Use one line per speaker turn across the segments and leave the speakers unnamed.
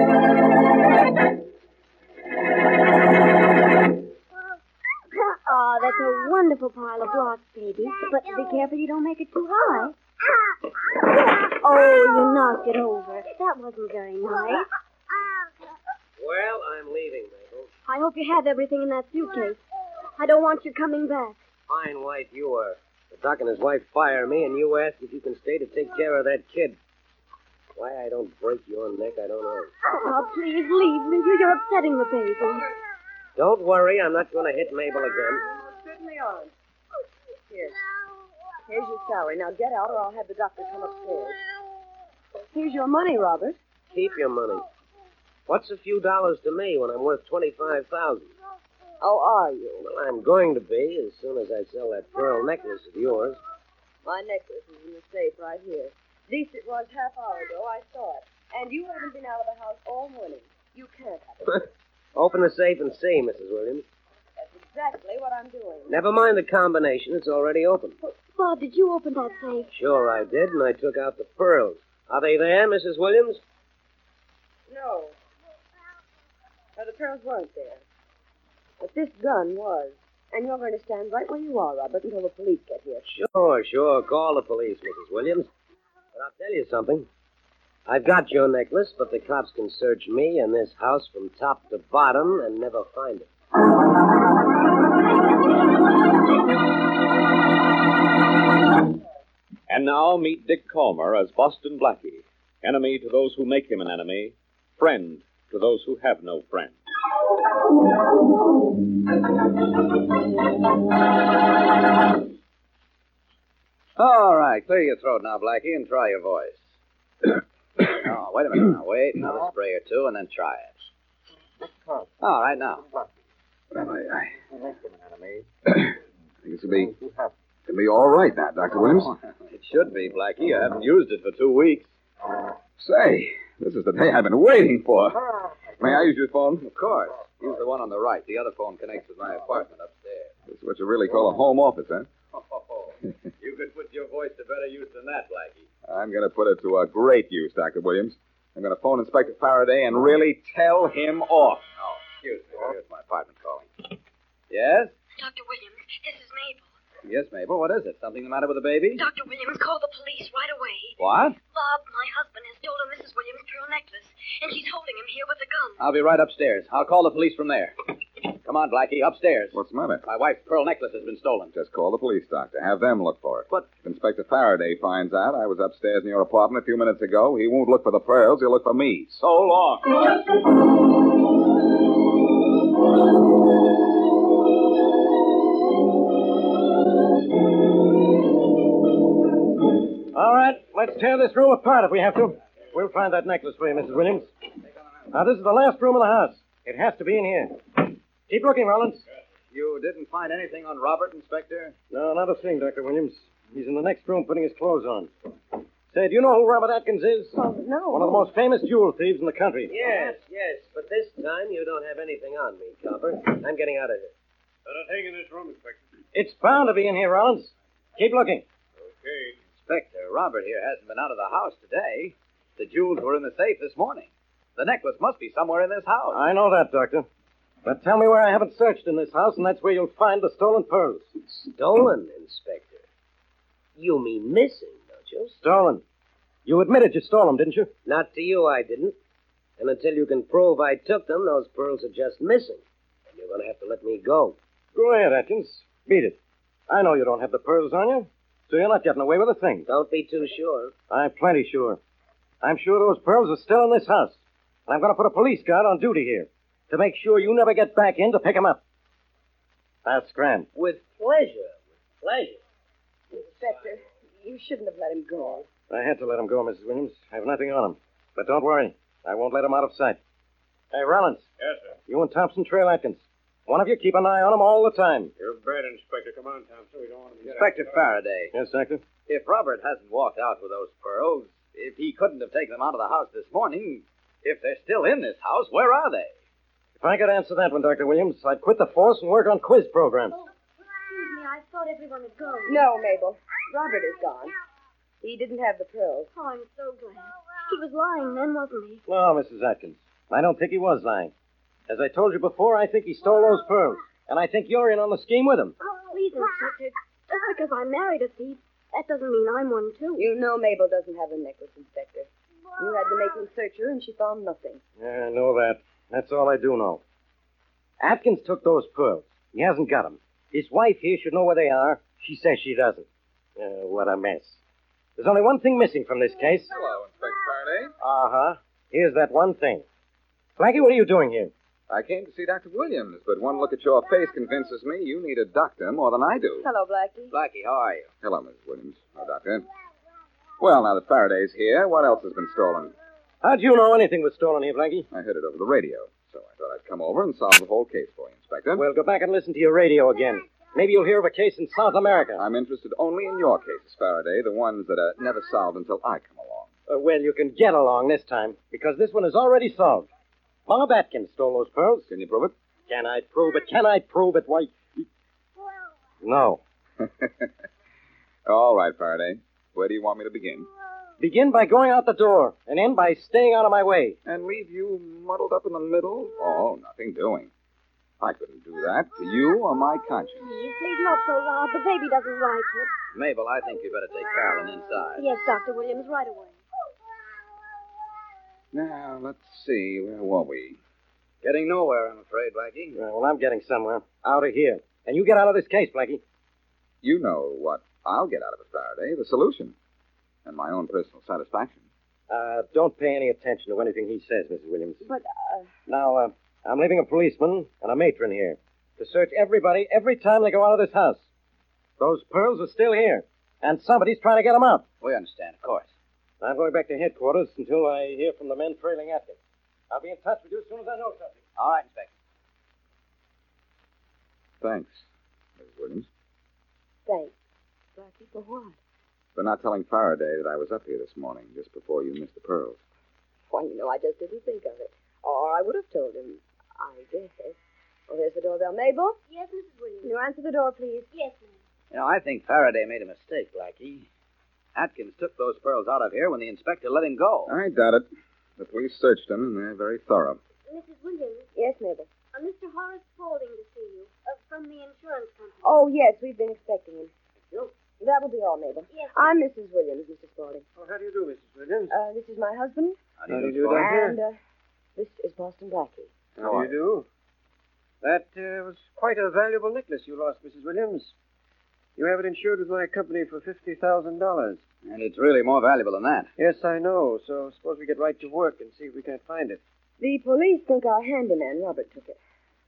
Oh, that's a wonderful pile of blocks, baby. But be careful you don't make it too high. Oh, you knocked it over. That wasn't very nice.
Well, I'm leaving, Mabel.
I hope you have everything in that suitcase. I don't want you coming back.
Fine wife you are. The doc and his wife fire me, and you ask if you can stay to take care of that kid. Why I don't break your neck, I don't know.
Oh, please leave me. You- You're upsetting the baby.
Don't worry, I'm not going to hit Mabel again.
Certainly aren't. Here. Here's your salary. Now get out, or I'll have the doctor come upstairs. Here's your money, Robert.
Keep your money. What's a few dollars to me when I'm worth twenty-five thousand?
Oh, are you?
Well, I'm going to be as soon as I sell that pearl necklace of yours.
My necklace is in the safe right here. At least it was half hour ago. I saw it. And you haven't been out of the house all morning. You can't have it.
Open the safe and see, Mrs. Williams.
That's exactly what I'm doing.
Never mind the combination; it's already open.
Bob, did you open that safe?
Sure, I did, and I took out the pearls. Are they there, Mrs. Williams?
No. No, the pearls weren't there. But this gun was. And you're going to stand right where you are, Robert, until the police get here.
Sure, sure. Call the police, Mrs. Williams. But I'll tell you something. I've got your necklace, but the cops can search me and this house from top to bottom and never find it.
And now meet Dick Calmer as Boston Blackie, enemy to those who make him an enemy, friend to those who have no friend.
All right, clear your throat now, Blackie, and try your voice. oh, wait a minute now. Wait another spray or two, and then try it. All right, now.
This will be, it'll be all right now, Dr. Williams.
It should be, Blackie. I haven't used it for two weeks.
Say, this is the day I've been waiting for. May I use your phone?
Of course. Use the one on the right. The other phone connects with my apartment upstairs.
This is what you really call a home office, huh?
Oh, you could put your voice to better use than that, Blackie.
I'm going to put it to a great use, Dr. Williams. I'm going to phone Inspector Faraday and really tell him off.
Oh, excuse me. Here's my apartment calling. Yes?
Dr. Williams, this is Mabel.
Yes, Mabel. What is it? Something the matter with the baby?
Dr. Williams, call the police right away.
What?
Bob, my husband, has stolen Mrs. Williams' pearl necklace, and she's holding him here with a gun.
I'll be right upstairs. I'll call the police from there. Come on, Blackie, upstairs.
What's the matter?
My wife's pearl necklace has been stolen.
Just call the police, Doctor. Have them look for it.
But-
If Inspector Faraday finds out I was upstairs in your apartment a few minutes ago, he won't look for the pearls. He'll look for me. So long.
All right, let's tear this room apart if we have to. We'll find that necklace for you, Mrs. Williams. Now, this is the last room in the house. It has to be in here. Keep looking, Rollins.
You didn't find anything on Robert, Inspector?
No, not a thing, Dr. Williams. He's in the next room putting his clothes on. Say, do you know who Robert Atkins is?
Uh, no.
One of the most famous jewel thieves in the country.
Yes, yes, but this time you don't have anything on me, Copper. I'm getting out of here.
It's bound to be in here, Rollins. Keep looking.
Inspector, Robert here hasn't been out of the house today. The jewels were in the safe this morning. The necklace must be somewhere in this house.
I know that, Doctor. But tell me where I haven't searched in this house, and that's where you'll find the stolen pearls. Stolen, Inspector? You mean missing, don't you? Stolen. You admitted you stole them, didn't you? Not to you, I didn't. And until you can prove I took them, those pearls are just missing. And you're going to have to let me go. Go ahead, Atkins. Beat it. I know you don't have the pearls on you, so you're not getting away with a thing. Don't be too sure. I'm plenty sure. I'm sure those pearls are still in this house. And I'm going to put a police guard on duty here to make sure you never get back in to pick 'em up. I'll scram. With pleasure. With pleasure.
Inspector, you shouldn't have let him go.
I had to let him go, Mrs. Williams. I have nothing on him. But don't worry. I won't let him out of sight. Hey, Rollins.
Yes, sir.
You and Thompson trail Atkins. One of you keep an eye on him all the time.
You're bad, Inspector. Come on, Thompson. We don't want to be
Inspector Faraday,
Yes, Doctor?
if Robert hasn't walked out with those pearls, if he couldn't have taken them out of the house this morning, if they're still in this house, where are they?
If I could answer that one, Dr. Williams, I'd quit the force and work on quiz programs.
Oh, excuse me. I thought everyone had gone.
No, Mabel. Robert is gone. He didn't have the pearls.
Oh, I'm so glad. He was lying then, wasn't he?
No, Mrs. Atkins. I don't think he was lying. As I told you before, I think he stole those pearls. And I think you're in on the scheme with him.
Oh, please, Inspector. Just because I married a thief, that doesn't mean I'm one, too.
You know Mabel doesn't have a necklace, Inspector. You had to make him search her, and she found nothing.
Yeah, I know that. That's all I do know. Atkins took those pearls. He hasn't got 'em. His wife here should know where they are. She says she doesn't. Uh, what a mess. There's only one thing missing from this case.
Hello, Inspector Faraday.
Uh huh. Here's that one thing. Blackie, what are you doing here?
I came to see Dr. Williams, but one look at your face convinces me you need a doctor more than I do.
Hello, Blackie.
Blackie, how are you?
Hello, Miss Williams. Hello, Doctor. Well, now that Faraday's here, what else has been stolen?
How'd you know anything was stolen here, Blackie?
I heard it over the radio, so I thought I'd come over and solve the whole case for you, Inspector.
Well, go back and listen to your radio again. Maybe you'll hear of a case in South America.
I'm interested only in your cases, Faraday, the ones that are never solved until I come along.
Uh, well, you can get along this time, because this one is already solved. Bob Atkins stole those pearls.
Can you prove
Can I prove it? Can I prove it? Why? No.
it? All right, Faraday. Where do you want me to begin?
Begin by going out the door, and end by staying out of my way.
And leave you muddled up in the middle? Oh, nothing doing. I couldn't do that to you or my conscience.
Please, please, not so loud. The baby doesn't like it.
Mabel, I think you better take Carolyn inside.
Yes, Dr. Williams, right away.
Now, let's see. Where were we?
Getting nowhere, I'm afraid, Blackie.
Uh, well, I'm getting somewhere. Out of here. And you get out of this case, Blackie.
You know what I'll get out of it, Faraday. The solution. And my own personal satisfaction.
Uh, don't pay any attention to anything he says, Mrs. Williams.
But, uh,
Now, uh, I'm leaving a policeman and a matron here to search everybody every time they go out of this house. Those pearls are still here, and somebody's trying to get them out.
We understand, of course.
I'm going back to headquarters until I hear from the men trailing Atkins. I'll be in touch with you as soon as I know something.
All right, Inspector.
Thanks, Mrs. Williams,
thanks. Blackie, for what?
for not telling Faraday that I was up here this morning just before you missed the pearls.
Why, you know, I just didn't think of it. Or I would have told him, I guess. Oh, there's the doorbell. Mabel,
Yes, Mrs. Williams.
can you answer the door, please?
Yes, ma'am.
You know, I think Faraday made a mistake, Blackie. Atkins took those pearls out of here when the inspector let him go.
I doubt it. The police searched them, and they're very thorough.
Mrs. Williams,
Yes, Mabel.
uh, Mr. Horace Spaulding to see you uh, from the insurance company.
Oh, yes, we've been expecting him. That'll be all, Mabel.
Yes.
I'm Mrs. Williams, Mr. Spaulding.
Well, how do you do, Mrs. Williams?
Uh, this is my husband,
How
How do you
do,
do
Spaulding?
that?
and uh, this is Boston Blackie.
how do you do? That uh, was quite a valuable necklace you lost, Mrs. Williams. You have it insured with my company for $50,000.
And it's really more valuable than that.
Yes, I know. So suppose we get right to work and see if we can't find it.
The police think our handyman, Robert, took it,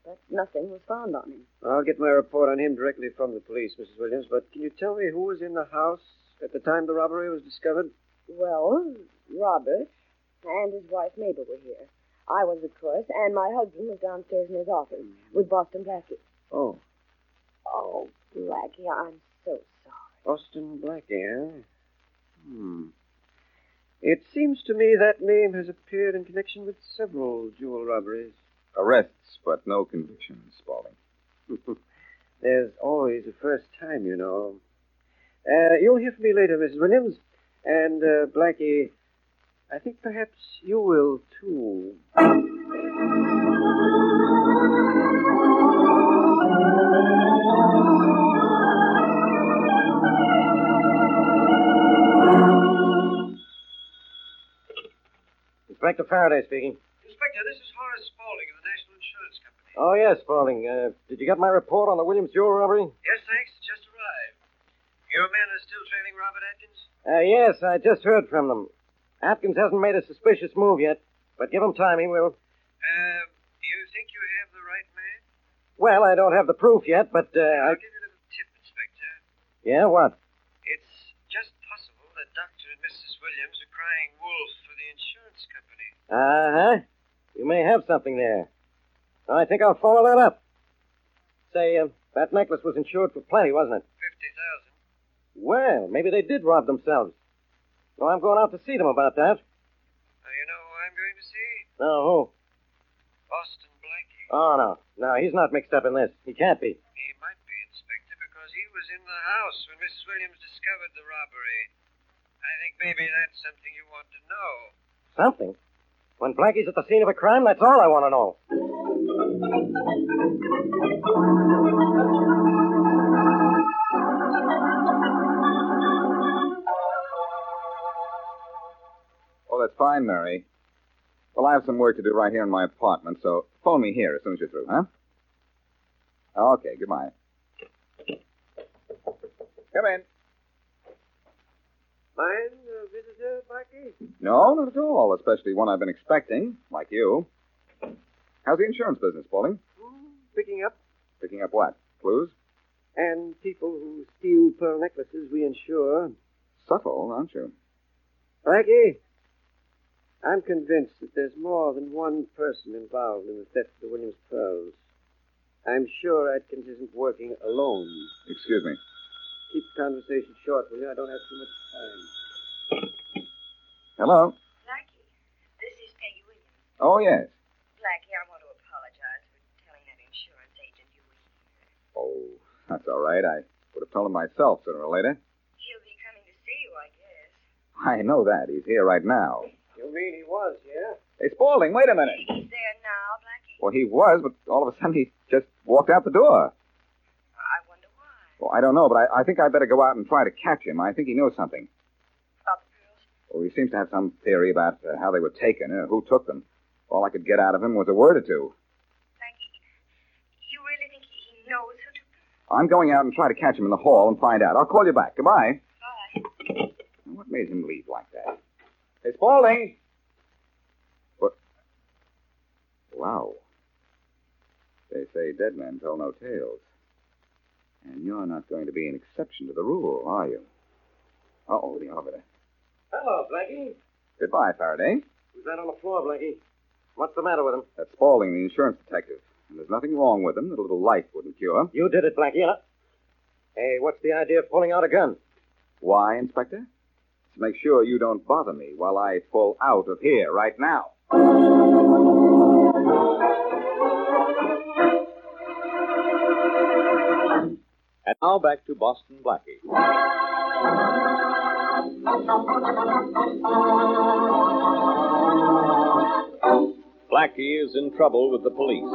but nothing was found on him.
I'll get my report on him directly from the police, Mrs. Williams, but can you tell me who was in the house at the time the robbery was discovered?
Well, Robert and his wife Mabel were here. I was, of course, and my husband was downstairs in his office with Boston Blackie.
Oh,
Oh, Blackie, I'm so sorry.
Austin Blackie, eh? Hmm. It seems to me that name has appeared in connection with several jewel robberies.
Arrests, but no convictions, Spaulding.
There's always a first time, you know. Uh, you'll hear from me later, Mrs. Williams. And, uh, Blackie, I think perhaps you will, too. Faraday speaking.
Inspector, this is Horace Spaulding of the National Insurance Company.
Oh, yes, Spaulding. Uh, did you get my report on the Williams Jewel robbery?
Yes, thanks. Just arrived. Your men are still trailing Robert Atkins?
Uh, yes, I just heard from them. Atkins hasn't made a suspicious move yet, but give him time, he will.
Uh, you think you have the right man?
Well, I don't have the proof yet, but uh, I...
I'll give you a little tip, Inspector.
Yeah, what?
It's just possible that Dr. and Mrs. Williams are crying wolf for the insurance company.
Uh huh. You may have something there. I think I'll follow that up. Say, uh, that necklace was insured for plenty, wasn't it?
50000
Well, maybe they did rob themselves. Well, I'm going out to see them about that.
Now, you know who I'm going to see?
Now, who?
Boston Blackie.
Oh, no. No, he's not mixed up in this. He can't be.
He might be, Inspector, because he was in the house when Mrs. Williams discovered the robbery. I think maybe that's something you want to know.
Something? When Blackie's at the scene of a crime, that's all I want to know.
Oh, that's fine, Mary. Well, I have some work to do right here in my apartment, so phone me here as soon as you're through, huh? Okay, goodbye. Come in.
Mind a visitor, Blackie?
No, not at all, especially one I've been expecting, like you. How's the insurance business, Pauling?
Picking up
Picking up what? Clues?
and people who steal pearl necklaces we insure.
Subtle, aren't you?
Blackie, I'm convinced that there's more than one person involved in the theft of the Williams pearls. I'm sure Atkins isn't working alone.
Excuse me.
Keep the conversation short, will you? I don't have too much time.
Hello?
Blackie, this is Peggy Williams.
Oh, yes.
Blackie, I want to apologize for telling that insurance agent you were here.
Oh, that's all right. I would have told him myself sooner or later.
He'll be coming to see you, I guess.
I know that. He's here right now.
You mean he was, yeah?
Hey, Spaulding, wait a minute.
He's there now, Blackie.
Well, he was, but all of a sudden he just walked out the door.
I wonder why.
Well, I don't know, but I, I think I'd better go out and try to catch him. I think he knows something.
About the girls?
Well, he seems to have some theory about uh, how they were taken or who took them. All I could get out of him was a word or two.
Blackie, you really think he he knows who took them?
I'm going out and try to catch him in the hall and find out. I'll call you back. Goodbye.
Bye.
What made him leave like that? Hey, Spaulding! What? Wow. They say dead men tell no tales. And you're not going to be an exception to the rule, are you? Uh-oh, the elevator.
Hello, Blackie.
Goodbye, Faraday.
Who's that on the floor, Blackie? What's the matter with him?
That's Spaulding, the insurance detective. And there's nothing wrong with him that a little life wouldn't cure.
You did it, Blackie. and I- Hey, what's the idea of pulling out a gun?
Why, Inspector? To make sure you don't bother me while I pull out of here right now.
And now back to Boston Blackie. Blackie is in trouble with the police.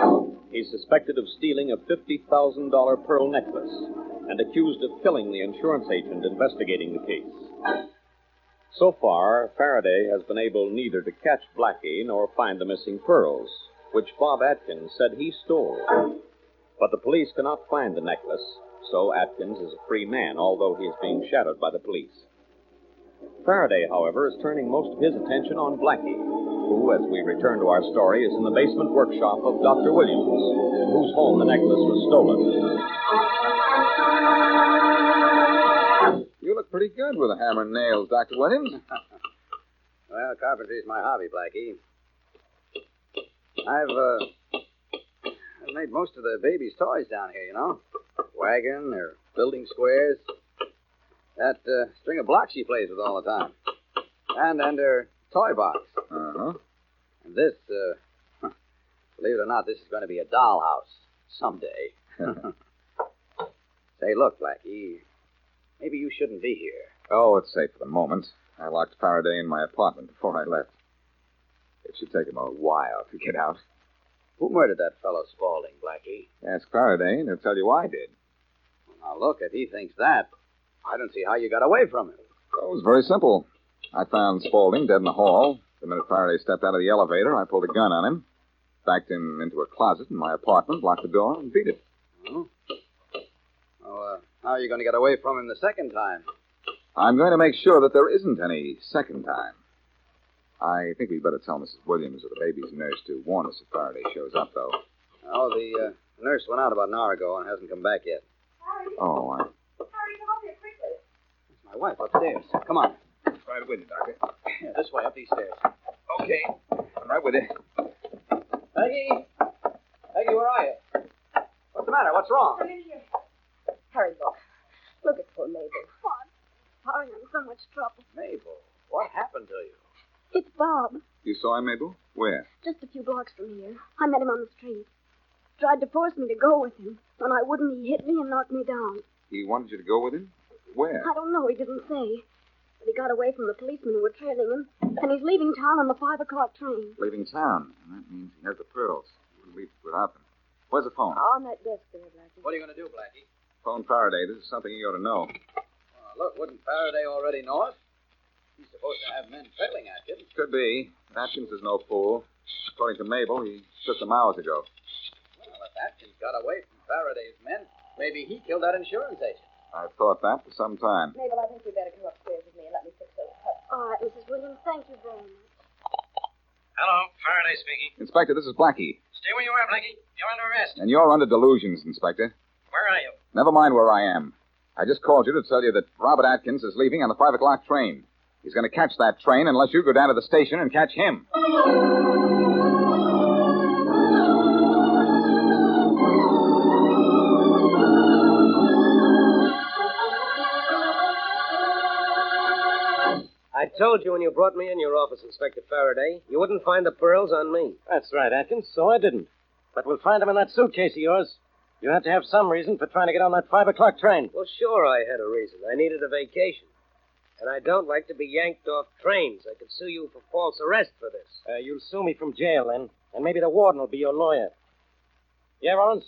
He's suspected of stealing a $50,000 pearl necklace and accused of killing the insurance agent investigating the case. So far, Faraday has been able neither to catch Blackie nor find the missing pearls, which Bob Atkins said he stole. But the police cannot find the necklace, so Atkins is a free man, although he is being shadowed by the police. Faraday, however, is turning most of his attention on Blackie, who, as we return to our story, is in the basement workshop of Dr. Williams, from whose home the necklace was stolen.
You look pretty good with a hammer and nails, Dr. Williams.
Well, carpentry's my hobby, Blackie. I've, uh, I've made most of the baby's toys down here, you know. Wagon or building squares. That uh, string of blocks she plays with all the time. And, and her toy box.
Uh-huh.
And this, uh, believe it or not, this is going to be a dollhouse someday. Say, look, Blackie, maybe you shouldn't be here.
Oh, it's safe for the moment. I locked Faraday in my apartment before I left. It should take him a while to get out.
Who murdered that fellow Spaulding, Blackie?
Ask Faraday, and he'll tell you I did.
Now, look, if he thinks that, I don't see how you got away from him.
It was very simple. I found Spaulding dead in the hall, The minute Faraday stepped out of the elevator, I pulled a gun on him, backed him into a closet in my apartment, locked the door, and beat it.
Well, uh, how are you going to get away from him the second time?
I'm going to make sure that there isn't any second time. I think we'd better tell Mrs. Williams or the baby's nurse to warn us if Faraday shows up, though.
Oh, the uh, nurse went out about an hour ago and hasn't come back yet.
Oh, I...
My wife upstairs. Oh, Come on. Right with you, Doctor. Yeah, this way, up these stairs. Okay.
I'm right with you.
Peggy! Peggy, where are you? What's the matter? What's wrong?
in here.
Harry, look. Look at poor Mabel.
What? Sorry, I'm in so much trouble.
Mabel, what happened to you?
It's Bob.
You saw him, Mabel? Where?
Just a few blocks from here. I met him on the street. Tried to force me to go with him. When I wouldn't, he hit me and knocked me down.
He wanted you to go with him? Where?
I don't know, he didn't say. But he got away from the policemen who were trailing him, and he's leaving town on the five o'clock train.
Leaving town. And that means he has the pearls. We'll leave without them. Where's the phone?
On that desk there, Blackie.
What are you going to do, Blackie?
Phone Faraday. This is something you ought to know.
Uh, look, wouldn't Faraday already know it? He's supposed to have men trailing at him.
Could be. Atkins is no fool. According to Mabel, he took them hours ago.
Well, if Atkins got away from Faraday's men, maybe he killed that insurance agent.
I've thought that for some time.
Mabel, I think you'd better come upstairs with me and let me fix those cups.
All right, Mrs. Williams, thank you very much.
Hello, Faraday speaking.
Inspector, this is Blackie.
Stay where you are, Blackie. You're under arrest.
And you're under delusions, Inspector.
Where are you?
Never mind where I am. I just called you to tell you that Robert Atkins is leaving on the 5 o'clock train. He's going to catch that train unless you go down to the station and catch him.
I told you when you brought me in your office, Inspector Faraday, you wouldn't find the pearls on me. That's right, Atkins. So I didn't. But we'll find them in that suitcase of yours. You have to have some reason for trying to get on that five o'clock train. Well, sure, I had a reason. I needed a vacation. And I don't like to be yanked off trains. I could sue you for false arrest for this. Uh, you'll sue me from jail, then. And maybe the warden will be your lawyer. Yeah, Rollins?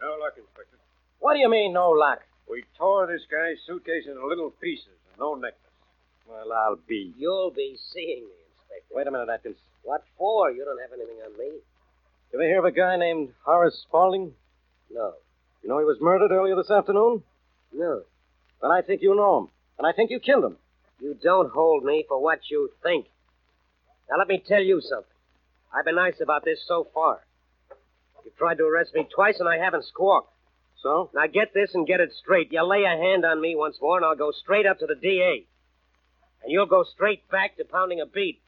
No luck, Inspector.
What do you mean, no luck?
We tore this guy's suitcase into little pieces and no necklace. Well, I'll be.
You'll be seeing me, Inspector. Wait a minute, Atkins. What for? You don't have anything on me. You ever hear of a guy named Horace Spaulding? No. You know he was murdered earlier this afternoon? No. Well, I think you know him. And I think you killed him. You don't hold me for what you think. Now, let me tell you something. I've been nice about this so far. You've tried to arrest me twice, and I haven't squawked. So? Now get this and get it straight. You lay a hand on me once more, and I'll go straight up to the DA. And you'll go straight back to pounding a beat.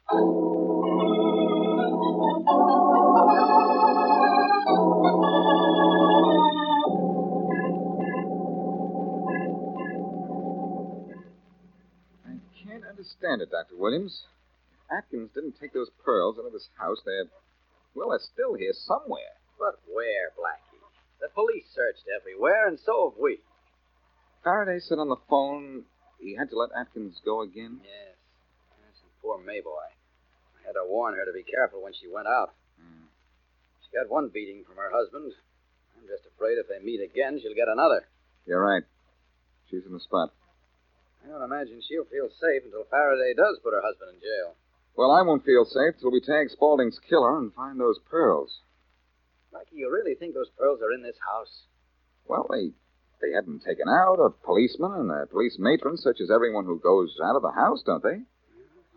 I can't understand it, Dr. Williams. If Atkins didn't take those pearls out of his house, they're. Well, they're still here somewhere.
But where, Blackie? The police searched everywhere, and so have we.
Faraday said on the phone he had to let Atkins go again.
Yes. Yes, and poor Mabel. I, I had to warn her to be careful when she went out. She got one beating from her husband. I'm just afraid if they meet again, she'll get another.
You're right. She's in the spot.
I don't imagine she'll feel safe until Faraday does put her husband in jail.
Well, I won't feel safe till we tag Spaulding's killer and find those pearls.
Blackie, you really think those pearls are in this house?
Well, they they had them taken out. A policeman and a police matron searches everyone who goes out of the house, don't they?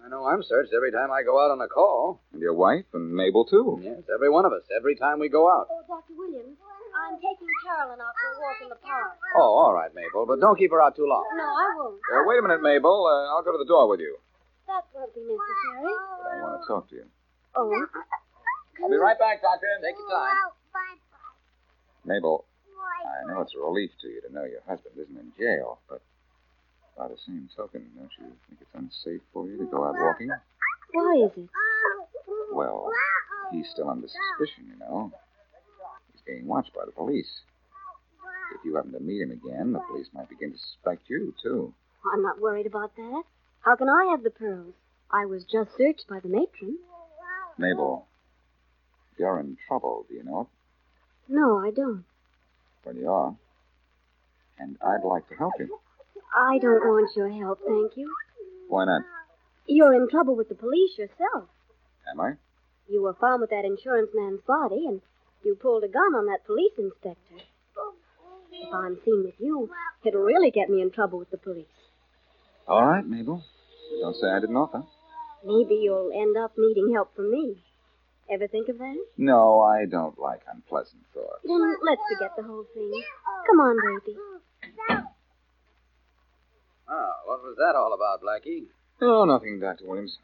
I know I'm searched every time I go out on a call.
And your wife and Mabel too.
Yes, every one of us, every time we go out.
Oh, Dr. Williams, I'm taking Carolyn out for a walk in the park.
Oh, all right, Mabel, but don't keep her out too long.
No, I won't.
Uh, wait a minute, Mabel. Uh, I'll go to the door with you.
That won't be necessary.
But I want to talk to you.
Oh,
I'll be right back, Doctor. Take your time.
Mabel, I know it's a relief to you to know your husband isn't in jail, but by the same token, don't you think it's unsafe for you to go out walking?
why is it?
Well, he's still under suspicion, you know. He's being watched by the police. If you happen to meet him again, the police might begin to suspect you, too.
I'm not worried about that. How can I have the pearls? I was just searched by the matron.
Mabel, you're in trouble, do you know it?
No, I don't.
Well, you are. And I'd like to help you.
I don't want your help, thank you.
Why not?
You're in trouble with the police yourself.
Am I?
You were found with that insurance man's body, and you pulled a gun on that police inspector. If I'm seen with you, it'll really get me in trouble with the police.
All right, Mabel. Don't say I didn't offer.
Maybe you'll end up needing help from me. Ever think of that?
No, I don't like unpleasant thoughts.
Then let's forget the whole thing. Come on, baby.
Oh, what was that all about, Blackie?
Oh, nothing, Dr. Williams.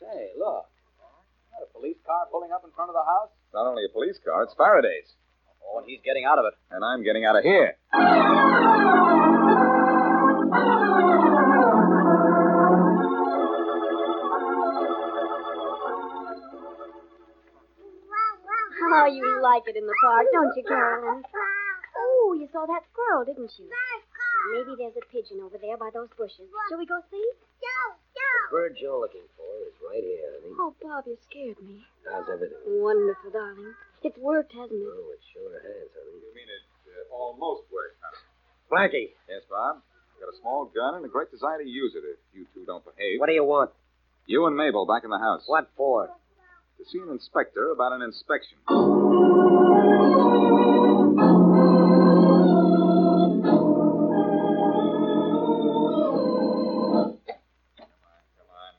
Say, look. Is that a police car pulling up in front of the house?
It's not only a police car, it's Faraday's.
Oh, and he's getting out of it.
And I'm getting out of here.
How Oh, you like it in the park, don't you, Carolyn? Oh, you saw that squirrel, didn't you? Maybe there's a pigeon over there by those bushes. Shall we go see?
The bird you're looking for is right here, honey.
Oh, Bob, you scared me.
How's everything?
Wonderful, darling. It's worked, hasn't it?
Oh, it sure has, honey.
You mean it uh, almost worked, huh?
Blackie,
Yes, Bob. Got a small gun and a great desire to use it if you two don't behave.
what do you want?
You and Mabel back in the house.
What for?
To see an inspector about an inspection. Come on.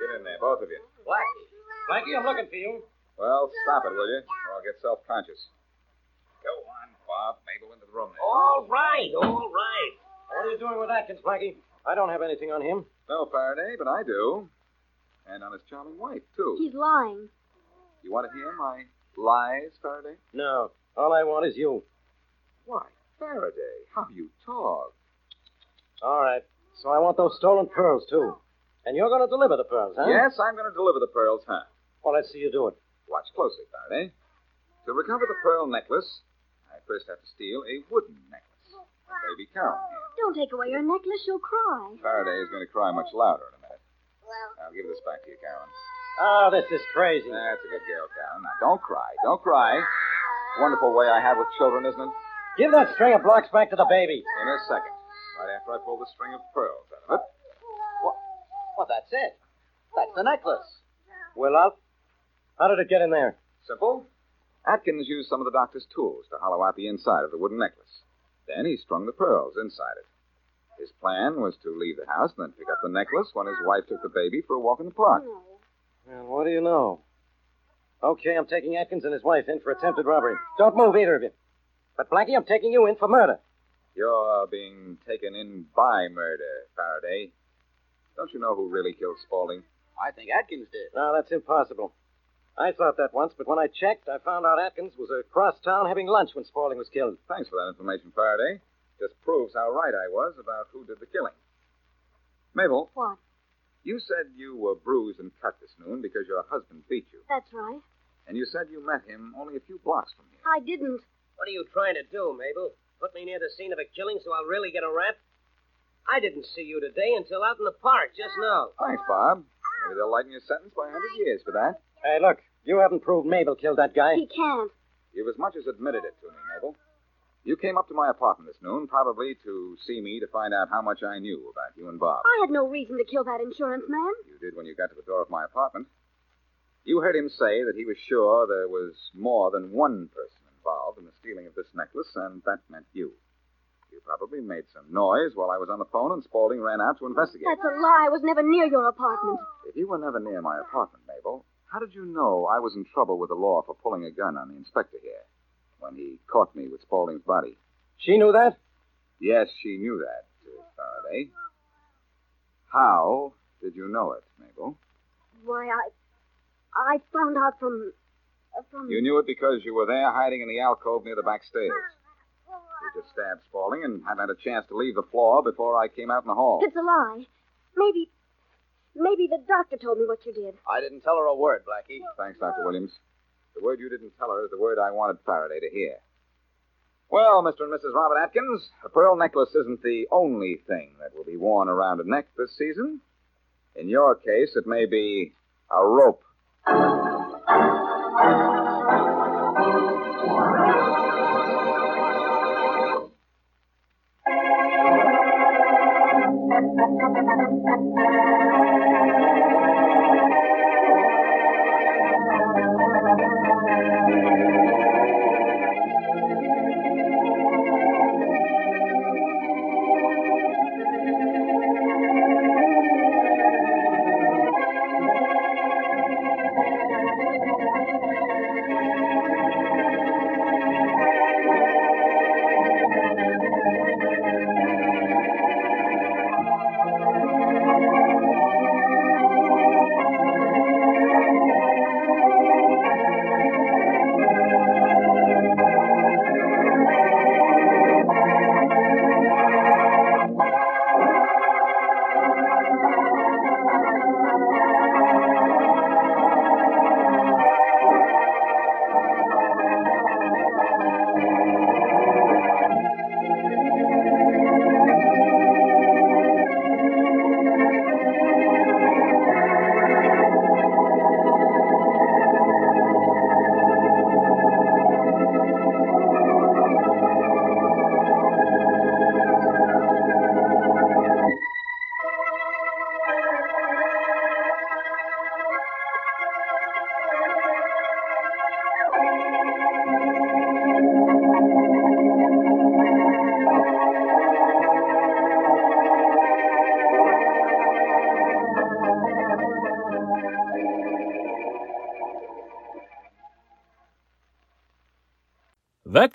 Get in there, both of you.
Blackie. Blackie, I'm looking for you.
Well, stop it, will you? Or I'll get self conscious. Go on, Bob. Mabel into the room now.
All right, all right. What are you doing with Atkins, Blackie? I don't have anything on him.
No, Faraday, but I do. And on his charming wife, too.
He's lying.
You want to hear my lies, Faraday?
No. All I want is you.
Why, Faraday, how you talk.
All right. So I want those stolen pearls, too. And you're going to deliver the pearls, huh?
Yes, I'm going to deliver the pearls, huh?
Well, let's see you do it.
Watch closely, Faraday. To recover the pearl necklace, I first have to steal a wooden necklace. from Baby Carol. here.
Don't take away her necklace. She'll cry.
Faraday is going to cry much louder in a minute. I'll give this back to you, Carolyn.
Oh, this is crazy.
That's a good girl, Carolyn. Now, don't cry. Don't cry. Wonderful way I have with children, isn't it?
Give that string of blocks back to the baby.
In a second. Right after I pull the string of pearls out of it.
Well, that's it. That's the necklace. Well, out. How did it get in there?
Simple. Atkins used some of the doctor's tools to hollow out the inside of the wooden necklace. Then he strung the pearls inside it. His plan was to leave the house and then pick up the necklace when his wife took the baby for a walk in the park.
Well, what do you know? Okay, I'm taking Atkins and his wife in for attempted robbery. Don't move, either of you. But, Blackie, I'm taking you in for murder.
You're being taken in by murder, Faraday. Don't you know who really killed Spaulding?
I think Atkins did.
No, that's impossible. I thought that once, but when I checked, I found out Atkins was across town having lunch when Spaulding was killed.
Thanks for that information, Faraday. Just proves how right I was about who did the killing. Mabel,
What?
you said you were bruised and cut this noon because your husband beat you.
That's right.
And you said you met him only a few blocks from here.
I didn't.
What are you trying to do, Mabel? Put me near the scene of a killing so I'll really get a rap? I didn't see you today until out in the park just now.
Thanks, Bob. Maybe they'll lighten your sentence by a 100 years for that.
Hey, look, you haven't proved Mabel killed that guy.
He can't.
You've as much as admitted it to me, Mabel. You came up to my apartment this noon, probably to see me to find out how much I knew about you and Bob.
I had no reason to kill that insurance man.
You did when you got to the door of my apartment. You heard him say that he was sure there was more than one person involved in the stealing of this necklace, and that meant you. You probably made some noise while I was on the phone, and Spaulding ran out to investigate.
That's a lie. I was never near your apartment.
If you were never near my apartment, Mabel, how did you know I was in trouble with the law for pulling a gun on the inspector here when he caught me with Spaulding's body?
She knew that?
Yes, she knew that, uh, Faraday. How did you know it, Mabel?
Why, I. I found out from. uh, from.
You knew it because you were there hiding in the alcove near the back stairs. You just stabbed Spaulding and hadn't had a chance to leave the floor before I came out in the hall.
It's a lie. Maybe. Maybe the doctor told me what you did.
I didn't tell her a word, Blackie.
Thanks, Dr. Williams. The word you didn't tell her is the word I wanted Faraday to hear. Well, Mr. and Mrs. Robert Atkins, a pearl necklace isn't the only thing that will be worn around a neck this season. In your case, it may be a rope.
Thank you.
That